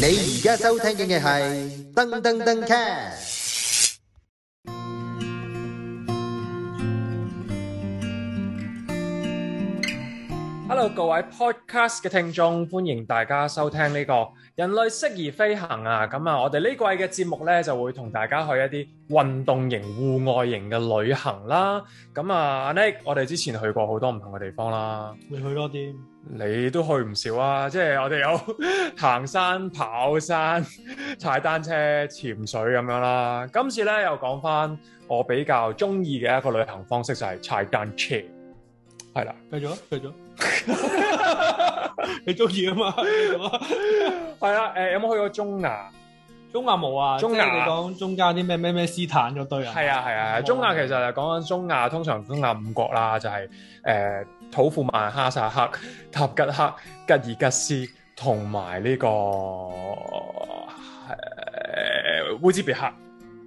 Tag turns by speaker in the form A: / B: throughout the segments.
A: 你而家收聽嘅係噔噔噔 cast。
B: Hello，各位 Podcast 嘅聽眾，歡迎大家收聽呢、個人類適宜飛行啊！咁啊，我哋呢季嘅節目呢，就會同大家去一啲運動型、戶外型嘅旅行啦。咁啊，阿 Nick，我哋之前去過好多唔同嘅地方啦，
C: 你去多啲，
B: 你都去唔少啊！即係我哋有 行山、跑山、 踩單車、潛水咁樣啦。今次呢，又講翻我比較中意嘅一個旅行方式就係踩單車，係啦。
C: 繼續啊，繼續 啊。你中意啊嘛？繼續啊
B: 係啦，誒、有冇去過中亞？
C: 中亞冇啊，
B: 中亞
C: 即係你講中間啲咩咩咩斯坦嗰堆啊？
B: 係啊係啊，中亞其實係講緊中亞，通常中亞五國啦，就係、誒、土庫曼、哈薩克、塔吉克、吉爾吉斯同埋呢個誒烏茲別克。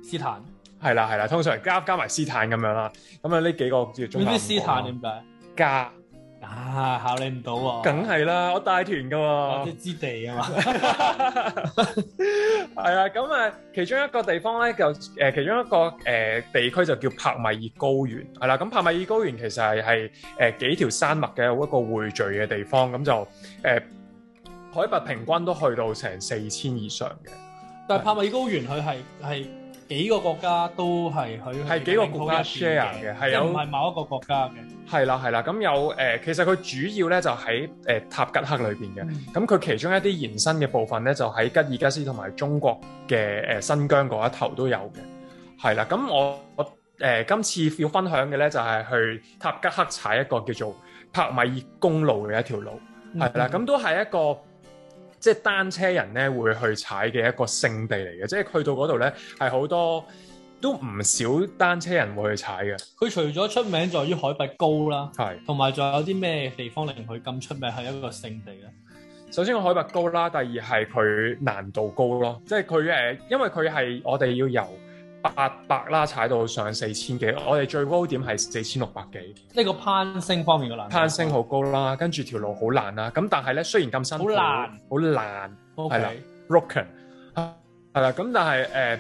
C: 斯坦，
B: 係啦係啦，通常加加埋斯坦咁樣啦，咁啊呢幾個叫中
C: 你
B: 亞
C: 知
B: 五
C: 斯
B: 國啦
C: 坦點解？
B: 加，
C: 啊，考你唔到喎，
B: 梗係啦，我帶團噶
C: 或
B: 喎
C: 者。之地啊嘛。
B: 係啊，咁啊，其中一個地方咧，就誒、其中一個誒、地區就叫帕米爾高原，係啦。咁帕米爾高原其實係係誒幾條山脈嘅一個匯聚嘅地方，咁就誒、海拔平均都去到成四千以上嘅，
C: 但係帕米爾高原佢係係幾個國家都係佢
B: 係幾個國家 share 嘅係
C: 即係
B: 有
C: 唔係某一個國家嘅。
B: 係啦係啦。咁有誒、其實佢主要咧就喺誒、塔吉克裏邊嘅。咁佢其中一啲延伸嘅部分咧，就喺吉爾吉斯同埋中國嘅誒、呃新疆嗰一頭都有嘅，係啦。咁我我誒、呃今次要分享嘅咧，就係、去塔吉克踩一個叫做帕米爾公路嘅一條路，
C: 嗯
B: 係啦。咁、都係一個即係單車人咧會去踩嘅一個聖地嚟嘅，即係去到嗰度咧係好多都唔少單車人會去踩嘅，
C: 佢除咗出名在於海拔高啦，
B: 係。
C: 同埋仲有啲咩地方令佢咁出名係一個聖地咧？
B: 首先個海拔高啦，第二係佢難度高咯，即係佢誒，因為佢係我哋要由八百啦踩到上四千幾，我哋最高點係四千六百幾，
C: 呢個攀升方面嘅難度
B: 攀升好高啦，跟住條路好爛啦，咁但係咧雖然咁辛苦，
C: 好難，
B: 好爛係啦
C: ，OK。
B: broken 係啦，咁但係誒、呃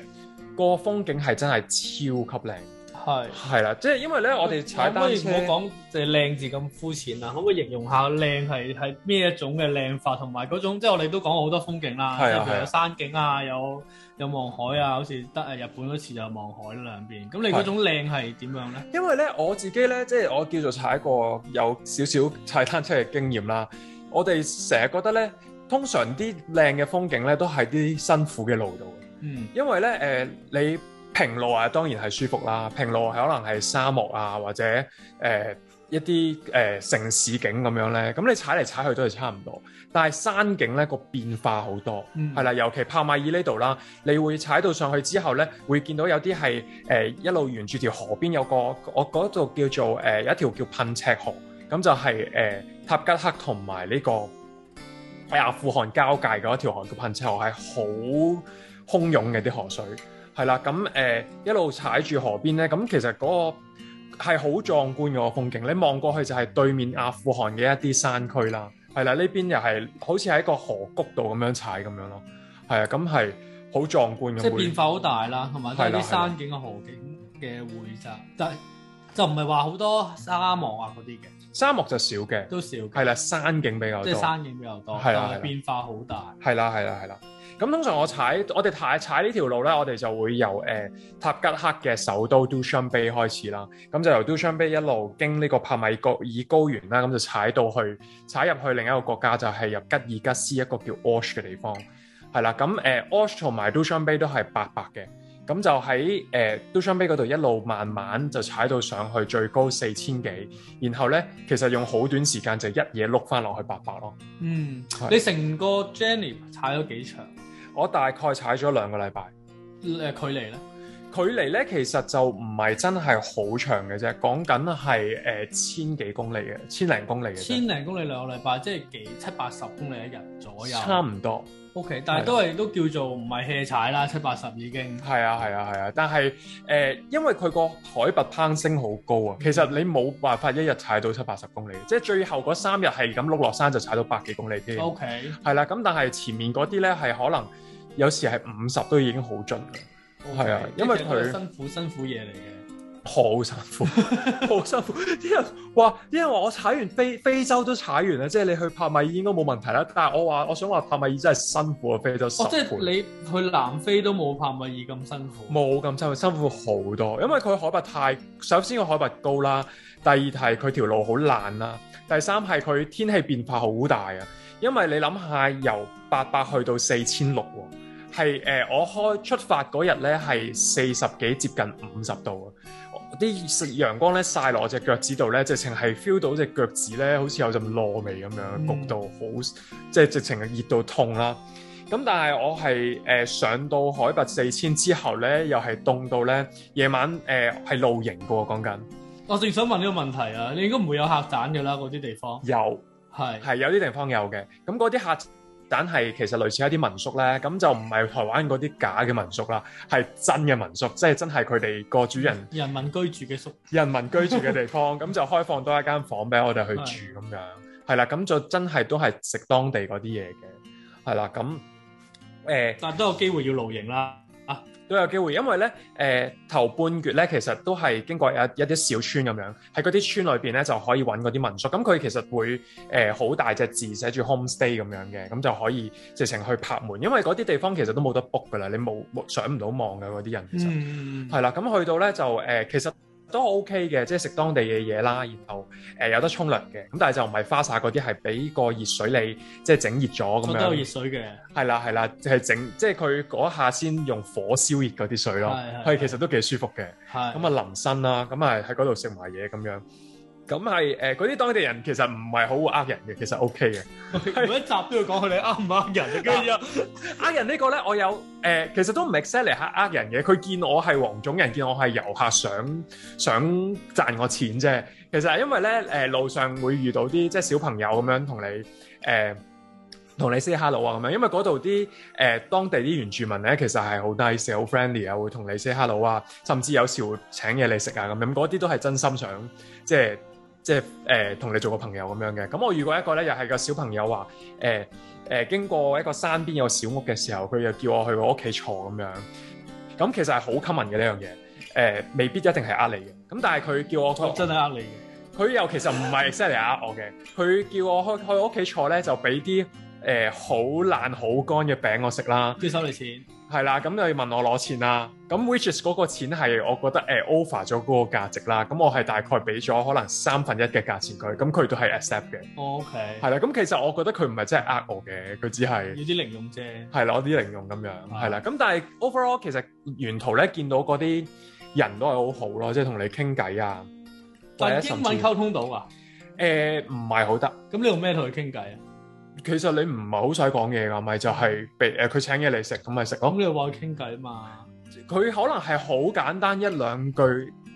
B: 個風景係真係超級靚，
C: 係。
B: 係啦，即係因為咧我哋踩
C: 可唔可
B: 單
C: 以
B: 車
C: 唔好講就係靚字咁膚淺啊啦，可唔可以形容下靚係係咩一種嘅靚法，同埋嗰種即係我哋都講過好多風景啦，即
B: 係
C: 係譬
B: 啊係
C: 如
B: 啊
C: 有山景啊，有有望海啊，好似得誒日本嗰次就望海兩邊。咁你
B: 係
C: 嗰種靚係點樣咧？
B: 因為咧我自己咧，即係我叫做踩過有少少踩單車嘅經驗啦。我哋成日覺得咧，通常啲靚嘅風景咧都係啲辛苦嘅路度，
C: 嗯，
B: 因為咧誒、呃你平路啊當然係舒服啦，平路可能係沙漠啊或者誒、呃一啲誒、呃城市景咁樣咧，咁你踩嚟踩去都係差唔多。但係山景咧個變化好多。
C: 嗯
B: 係啦，尤其帕米爾呢度啦，你會踩到上去之後咧，會見到有啲係誒一路沿住條河邊有個我嗰度叫做誒、呃有一條叫噴赤河，咁就係、呃塔吉克同埋呢個喺阿啊富汗交界嗰一條河叫噴赤河，係好洶湧嘅啲河水，係啦，咁誒、呃一路踩住河邊咧，咁其實嗰、個。係好壯觀嘅個風景，你望過去就係對面阿富汗嘅一啲山區啦，係啦，呢邊又係好似喺個河谷度咁樣踩咁樣咯，係啊，咁係好壯觀嘅。
C: 即係
B: 會
C: 變化好大啦，同埋都係
B: 係啦
C: 啲山景啊、河景嘅匯集，但係就唔係話好多沙漠啊嗰啲嘅，
B: 沙漠就少嘅，
C: 都少嘅，
B: 係啦，山景比較
C: 即
B: 多
C: 係。山景比較多，
B: 係啊
C: 但
B: 啦係啦
C: 係變化好大。
B: 係啦，係啦，係啦。咁通常我踩我哋踩踩呢條路咧，我哋就會由誒、呃塔吉克嘅首都 Dushanbe 開始啦。咁就由 Dushanbe 一路經呢個帕米爾高原啦，咁就踩到去踩入去另一個國家，就係、入吉爾吉斯一個叫 Osh 嘅地方。係啦，咁誒 Osh 同埋 Dushanbe 都係八百嘅。咁就喺誒 Dushanbe 嗰度一路慢慢就踩到上去最高四千幾，然後咧其實用好短時間就一嘢碌翻落去八百咯。
C: 嗯
B: 係，
C: 你成個 journey 踩咗幾長？呃
B: 我大概踩咗兩個禮拜。
C: 誒距離咧？
B: 距距離咧其實就唔係真係好長嘅啫，講緊係誒千幾公里嘅，千零公里嘅啫，
C: 千零公里兩個禮拜，即係幾七八十公里一日左右。
B: 差唔啊多。
C: O、k 但係都係都叫做唔係 hea 踩啦，七八十已經。
B: 係啊，係啊，係啊，但係誒、呃因為佢個海拔攀升好高
C: 嗯
B: 啊，其實你冇辦法一日踩到七八十公里，即係最後嗰三日係咁碌落山就踩到百幾公里添。
C: O K，
B: 係啦，咁但係前面嗰啲咧係可能有時係五十都已經好盡啦，係啊因為佢
C: 辛苦辛苦嘢嚟嘅。
B: 好辛苦， 好辛苦。啲人話，啲人話我踩完非非洲都踩完啦，即係你去帕米爾應該冇問題啦。但係我話，我想話帕米爾真係辛苦啊，非洲十
C: 哦，即
B: 倍。
C: 係你去南非都冇帕米爾咁辛苦。
B: 冇咁辛苦，辛苦好多，因為佢海拔太，首先個海拔高啦，第二係佢條路好爛啦，第三係佢天氣變化好大啊。因為你諗下，由八百去到四千六喎，係誒、呃我開出發嗰日咧係四十幾接近五十度啊，啲陽光咧曬落我隻腳趾度咧，直情係 feel 到隻腳趾咧好似有陣燶味咁樣，
C: 嗯
B: 焗到好即係直情係熱到痛啦。咁但係我係誒、呃上到海拔四千之後咧，又係凍到咧夜晚誒係、露營嘅喎，講緊
C: 我正想問呢個問題啊，你應該唔會有客棧嘅啦，嗰啲地方
B: 有。
C: 係。
B: 係有啲地方有嘅，咁嗰啲客棧係其實類似一啲民宿咧，咁就唔係台灣嗰啲假嘅民宿啦，係真嘅民宿，即係真係佢哋個主人
C: 人民居住嘅宿，
B: 人民居住嘅地方，咁就開放多一間房俾我哋去住咁樣，係啦，咁就真係都係食當地嗰啲嘢嘅，係啦，咁誒。
C: 但係都有機會要露營啦。
B: 都有機會，因為咧誒、呃、頭半月咧，其實都係經過一一啲小村咁樣，喺嗰啲村裏邊咧就可以揾嗰啲民宿。咁佢其實會誒好、大隻字寫住 homestay 咁樣嘅，咁就可以直情去拍門，因為嗰啲地方其實都冇得 book 噶啦，你冇冇上唔到網嘅嗰啲人其實。
C: 嗯，
B: 係啦，咁去到咧就誒、呃其實都 OK 嘅，即係食當地嘅嘢啦，然後誒、呃有得沖涼嘅，咁但係就唔係花灑嗰啲，係俾個熱水你即係整熱咗
C: 我
B: 咁
C: 都有熱
B: 樣，
C: 水嘅。
B: 係啦係啦，就係整即係佢嗰下先用火燒熱嗰啲水咯，
C: 係係
B: 係其實都幾舒服嘅。
C: 係
B: 咁啊淋身啦，咁啊喺嗰度食埋嘢咁樣，咁係誒嗰啲當地人其實唔係好會呃人嘅，其實 OK 嘅。
C: 每一集都要講佢哋呃啱唔啱人，跟住又
B: 呃人呢個咧，我有誒、呃其實都唔 exactly 係呃人嘅。佢見我係黃種人，見我係遊客，想想賺我錢啫。其實係因為咧誒、呃路上會遇到啲即係小朋友咁樣同你誒。呃同你 say hello 啊咁樣，因為嗰度啲誒當地啲原住民咧，其實係好 nice、好 friendly 啊，會同你 say hello 啊，甚至有時會請嘢你食啊咁樣，嗰啲都係真心想即係即係誒同你做個朋友啊咁樣嘅。咁我遇過一個咧，又係個小朋友話誒。誒經過一個山邊有個小屋嘅時候，佢又叫我去我屋企坐咁樣。咁其實係好 common 嘅呢樣嘢，誒、未必一定係呃你嘅。咁但係佢叫我
C: 真係呃你嘅。
B: 佢又其實唔係 exactly 呃我嘅，佢叫我去去我屋企坐咧，就俾啲誒好爛好乾嘅餅我食啦。
C: 要收你錢，
B: 係啦，咁你問我攞錢啦，咁 which is 嗰個錢係我覺得誒 over 咗嗰個價值啦，咁我係大概俾咗可能三分一嘅價錢佢，咁佢都係 accept 嘅，
C: 我哦 OK，
B: 係啦，咁其實我覺得佢唔係真係呃我嘅，佢只係
C: 要啲零用啫。
B: 係攞啲零用咁樣，係啦，咁但係 overall 其實沿途咧見到嗰啲人都係好好咯，即係同你傾偈啊，或者
C: 但
B: 甚
C: 英
B: 至
C: 文溝通到啊？
B: 誒唔係好得。
C: 咁你用咩同佢傾偈啊？
B: 其實你唔係好使講嘢㗎，咪就係俾誒佢請嘢你食，咁咪食咯
C: 咁。你又話佢傾偈嘛？
B: 佢可能係好簡單一兩句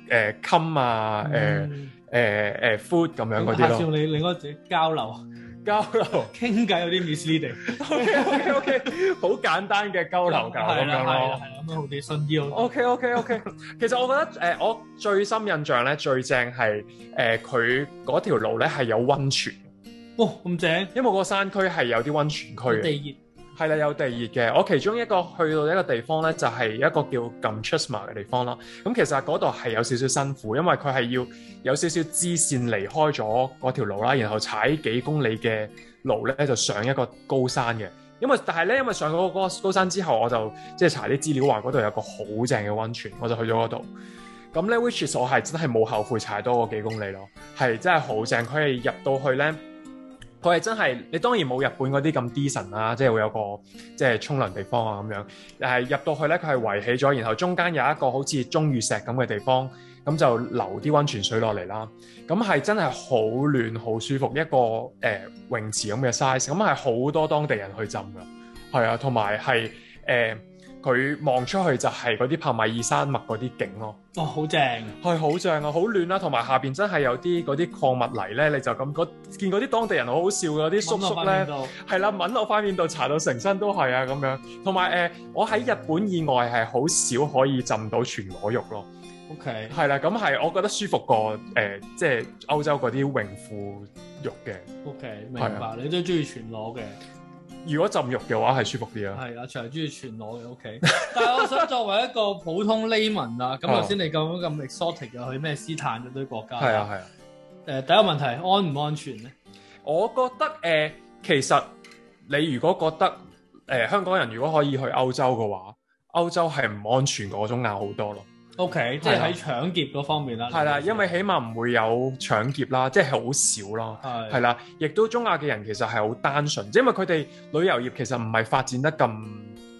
B: 誒 come 啊誒
C: 嗯
B: 誒誒 food 咁樣嗰
C: 咁
B: 啲
C: 下次
B: 咯，
C: 你你應該自己交流，
B: 交流。
C: 傾偈有啲 misleading，
B: OK OK OK，好簡單嘅交流㗎咁
C: 係啦
B: 樣
C: 係啦
B: 咯。
C: 係啦，咁樣好啲信啲好
B: O K O K O K，其實我覺得誒、呃我最深印象咧最正係誒佢嗰條路咧係有温泉，
C: 多。哇，哦咁正，
B: 因為個山區係有啲温泉區嘅，
C: 地
B: 係啦有地熱嘅。我其中一個去到一個地方咧，就係、一個叫 Gamchusma 嘅地方啦。咁其實嗰度係有少少辛苦，因為佢係要有少少支線離開咗嗰條路啦，然後踩幾公里嘅路咧就上一個高山嘅。因為但係咧，因為上嗰個高山之後，我就即係查啲資料話嗰度有個好正嘅温泉，我就去咗嗰度。咁咧，which is 我係真係冇後悔踩多嗰幾公里咯，係真係好正。佢係入到去咧，佢係真係你當然冇日本嗰啲咁 decent 啦，即係會有個即係沖涼地方啊咁樣。但係入到去咧，佢係圍起咗，然後中間有一個好似鐘乳石咁嘅地方，咁就流啲温泉水落嚟啦。咁係真係好暖、好舒服，一個誒、呃泳池咁嘅 size，咁係好多當地人去浸㗎，係啊，同埋係誒佢望出去就係嗰啲帕米爾山脈嗰啲景咯，
C: 哦，好正，
B: 係好正啊，好暖啦，同埋下邊真係有啲嗰啲礦物泥咧，你就咁嗰見嗰啲當地人好好笑㗎，啲叔
C: 搵
B: 叔
C: 落
B: 咧
C: 塊面。度
B: 係啦，揾我塊面度搽到成身都係啊咁樣。同埋誒，我喺日本以外係好少可以浸到全裸浴咯。
C: ，OK，
B: 係啦，咁係我覺得舒服過誒、呃即係歐洲嗰啲泳褲浴嘅。
C: OK，明
B: 係啊
C: 白。你都中意全裸嘅，
B: 如果浸浴嘅話係舒服啲啊。
C: 係啦，長係中意全裸嘅，OK。但 係我想作為一個普通 layman 啊，咁頭先你咁樣咁 exotic 啊又去咩斯坦嗰堆國家，
B: 係啊，係啊，
C: 誒，第一個問題安唔安全咧？
B: 我覺得誒、呃其實你如果覺得誒、呃香港人如果可以去歐洲嘅話，歐洲係唔安全嗰種硬好多咯。
C: O K，即係喺搶劫嗰方面啦。
B: 啊係啦，
C: 你意思
B: 因為起碼唔會有搶劫啦，即係好少咯。
C: 係
B: 係啦，亦都中亞嘅人其實係好單純，即係因為佢哋旅遊業其實唔係發展得咁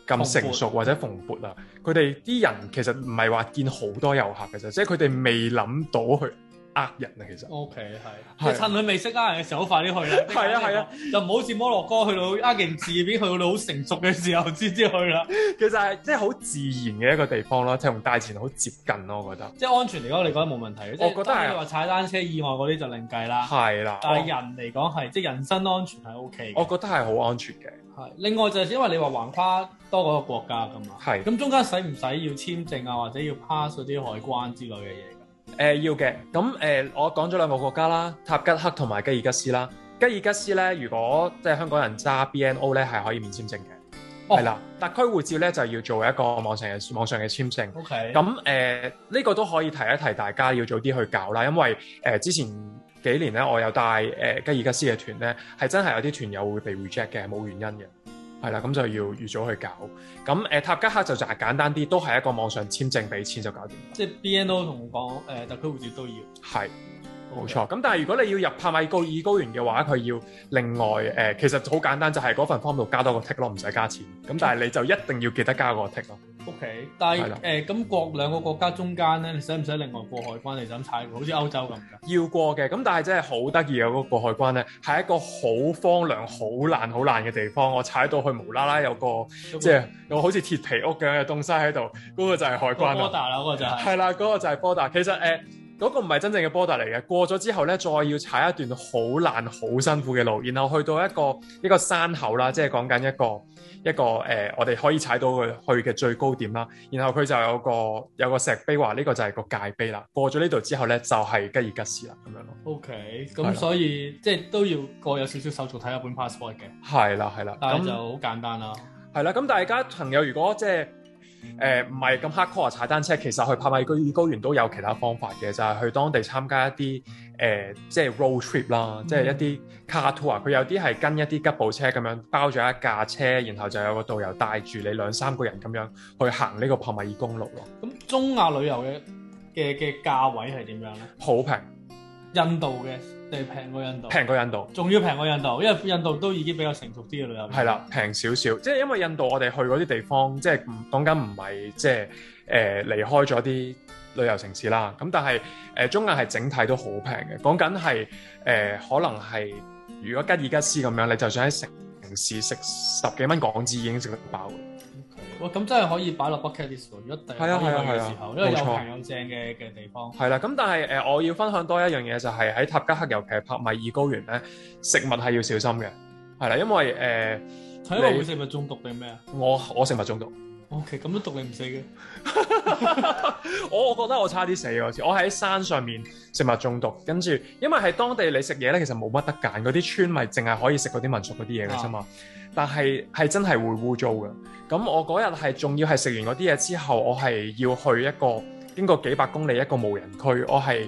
B: 咁成熟或者蓬勃啊。佢哋啲人其實唔係話見好多遊客嘅啫，即係佢哋未諗到去呃人啊。其實
C: O K 係，
B: 係
C: 即係趁佢未識呃人嘅時候，好快啲去啦。
B: 係啊係啊，
C: 就唔好似摩洛哥去到呃人字邊，去到你好成熟嘅時候先至去 啦。
B: 其實係即係好自然嘅一個地方咯，即係同大自然好接近咯，我覺得
C: 即係安全嚟講，你覺得冇問題嘅。即係
B: 我覺得係
C: 當然你話踩單車意外嗰啲就另計啦。
B: 係啦。
C: 但係人嚟講係，即係人身安全係 O K
B: 我
C: 嘅。
B: 我覺得係好安全嘅，
C: 係另外就係因為你話橫跨多個國家㗎嘛，
B: 係誒、
C: 咁中間使唔使要簽證啊，或者要 pass 嗰啲海關之類嘅嘢㗎？
B: 要嘅。咁誒、呃我講咗兩個國家啦，塔吉克同埋吉爾吉斯啦。吉爾吉斯咧，如果即係香港人揸 BNO 咧，係可以免簽證嘅。
C: 哦
B: 係啦，特區護照咧就要做一個網上嘅網上嘅簽證。
C: O K，
B: 咁誒呢個都可以提一提大家要早啲去搞啦，因為誒、呃之前幾年咧，我有帶誒、呃吉爾吉斯嘅團咧，係真係有啲團友會被 reject 嘅，係冇原因嘅。係啦，咁就要預早去搞。咁誒、呃塔吉克就就係簡單啲，都係一個網上簽證，俾錢就搞掂。
C: 即係 B N O 同講誒特區護照都要。
B: 係。冇錯，咁但係如果你要入帕米高爾高原嘅話，佢要另外誒、呃其實好簡單，就係嗰份 form 度加多個 tick 咯，唔使加錢。咁但係你就一定要記得加個 tick 咯。
C: O K，但
B: 係
C: 係
B: 啦
C: 誒咁國兩個國家中間咧，你使唔使另外過海關嚟就咁踩佢？好似歐洲咁㗎。
B: 要過嘅，咁但係真係好得意啊！嗰個海關咧，係一個好荒涼、好爛、好爛嘅地方。我踩到去無啦啦有個即係有好似鐵皮屋咁樣嘅東西喺度，嗰、個就係海
C: 個
B: 關
C: border
B: 啦。
C: 啦，嗰個就係。
B: 係啦，嗰、個就係 border。其實誒，呃嗰、個唔係真正嘅 border 嚟嘅。過咗之後咧，再要踩一段好爛、好辛苦嘅路，然後去到一個一個山口啦，即係講緊一個一個誒、呃我哋可以踩到佢去嘅最高點啦。然後佢就有個有個石碑話呢個就係個界碑啦。過咗呢度之後咧，就係、吉爾吉斯啦，咁樣咯。
C: O K，
B: 係啦
C: 咁所以即係都要過有少少手續睇下本 passport 嘅，
B: 係啦，係啦，
C: 但係就
B: 咁
C: 好簡單啦。
B: 係啦，咁大家朋友如果即係誒唔係咁 hardcore 踩單車，其實去帕米居高原都有其他方法嘅，就係、去當地參加一啲誒、呃即係 road trip 啦，即係一啲 car tour，佢有啊啲係跟一啲吉普車咁樣包咗一架車，然後就有個導遊帶住你兩三個人咁樣去行呢個帕米爾公路咯，
C: 咁中亞旅遊嘅嘅嘅價位係點樣咧？
B: 好平，
C: 印度嘅定係平過印度？
B: 平過印度。
C: 仲要平過印度，因為印度都已經比較成熟啲嘅旅遊。
B: 係啦，，平少少，即係因為印度我哋去嗰啲地方，即係唔講緊唔係即係誒、呃、離開咗啲旅遊城市啦。咁但係誒、呃中亞係整體都好平嘅，講緊係誒呃可能係如果吉爾吉斯咁樣，你就算喺城城市食十幾蚊港紙已經食得飽嘅。
C: 哇！咁真係可以擺落 bucket list 喎，如果第日可
B: 係啊
C: 以去
B: 係
C: 嘅
B: 啊
C: 時
B: 係
C: 候，
B: 啊
C: 因為
B: 冇
C: 有
B: 錯
C: 平有正嘅嘅地方。
B: 係啦，咁但係誒、呃我要分享多一樣嘢就係、喺塔吉克，尤其係帕米爾高原咧，食物係要小心嘅。係啦，因為誒、呃
C: 係因為會食物中毒定咩啊
B: 我我食物中毒。
C: ？OK，咁都毒你唔死嘅。
B: 我我覺得我差啲死嗰次，我喺山上面食物中毒，跟住因為喺當地你食嘢咧，其實冇乜得揀，嗰啲村咪淨係可以食嗰啲民宿嗰啲嘢嘅啫嘛。但係係真係會污糟嘅。咁我嗰日係仲要係食完嗰啲嘢之後，我係要去一個經過幾百公里一個無人區，我係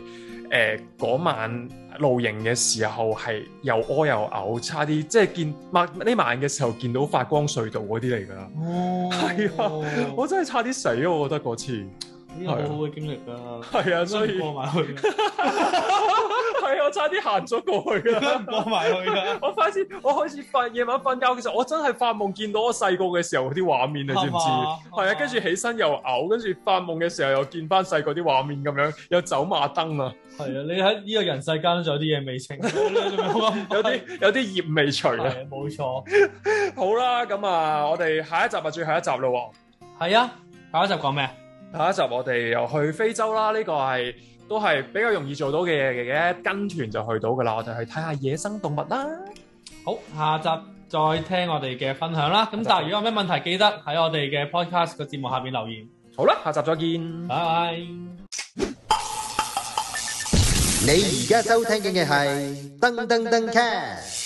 B: 誒嗰晚露營嘅時候係呃又屙又嘔，差啲即係見晚呢晚嘅時候見到發光隧道嗰啲嚟㗎啦。
C: 哦，
B: 係
C: 啊
B: 我真係差啲死啊！我覺得嗰次
C: 呢個好好嘅經歷啊，
B: 係啊，所
C: 所以
B: 以。
C: 過埋去㗎，
B: 係啊我差啲行咗過去
C: 點解
B: 啦
C: 唔。過埋去㗎？
B: 我開始我開始瞓夜晚瞓覺嘅時候，我真係發夢見到我細個嘅時候嗰啲畫面，你知唔
C: 係
B: 知？
C: 嘛
B: 係啊，跟住起身又嘔，跟住發夢嘅時候又見翻細個啲畫面咁樣，又走馬燈啊，
C: 係啊，你喺呢個人世間仲有啲嘢未清，你仲有咁
B: 有啲有啲葉未除啊。
C: 係啊冇錯，
B: 好啦，咁啊，我哋下一集啊，最後一集咯喎。
C: 係啊，下一集講咩？
B: 下一集我哋又去非洲啦，呢、個係都係比較容易做到嘅嘢嚟嘅，跟團就去到噶啦。我哋去睇下野生動物啦。
C: 好，下集再聽我哋嘅分享啦。咁但係如果有咩問題，記得喺我哋嘅 podcast 個節目下面留言。
B: 好啦，下集再見。
C: 拜拜。
A: 你而家收聽嘅係噔噔噔 cast。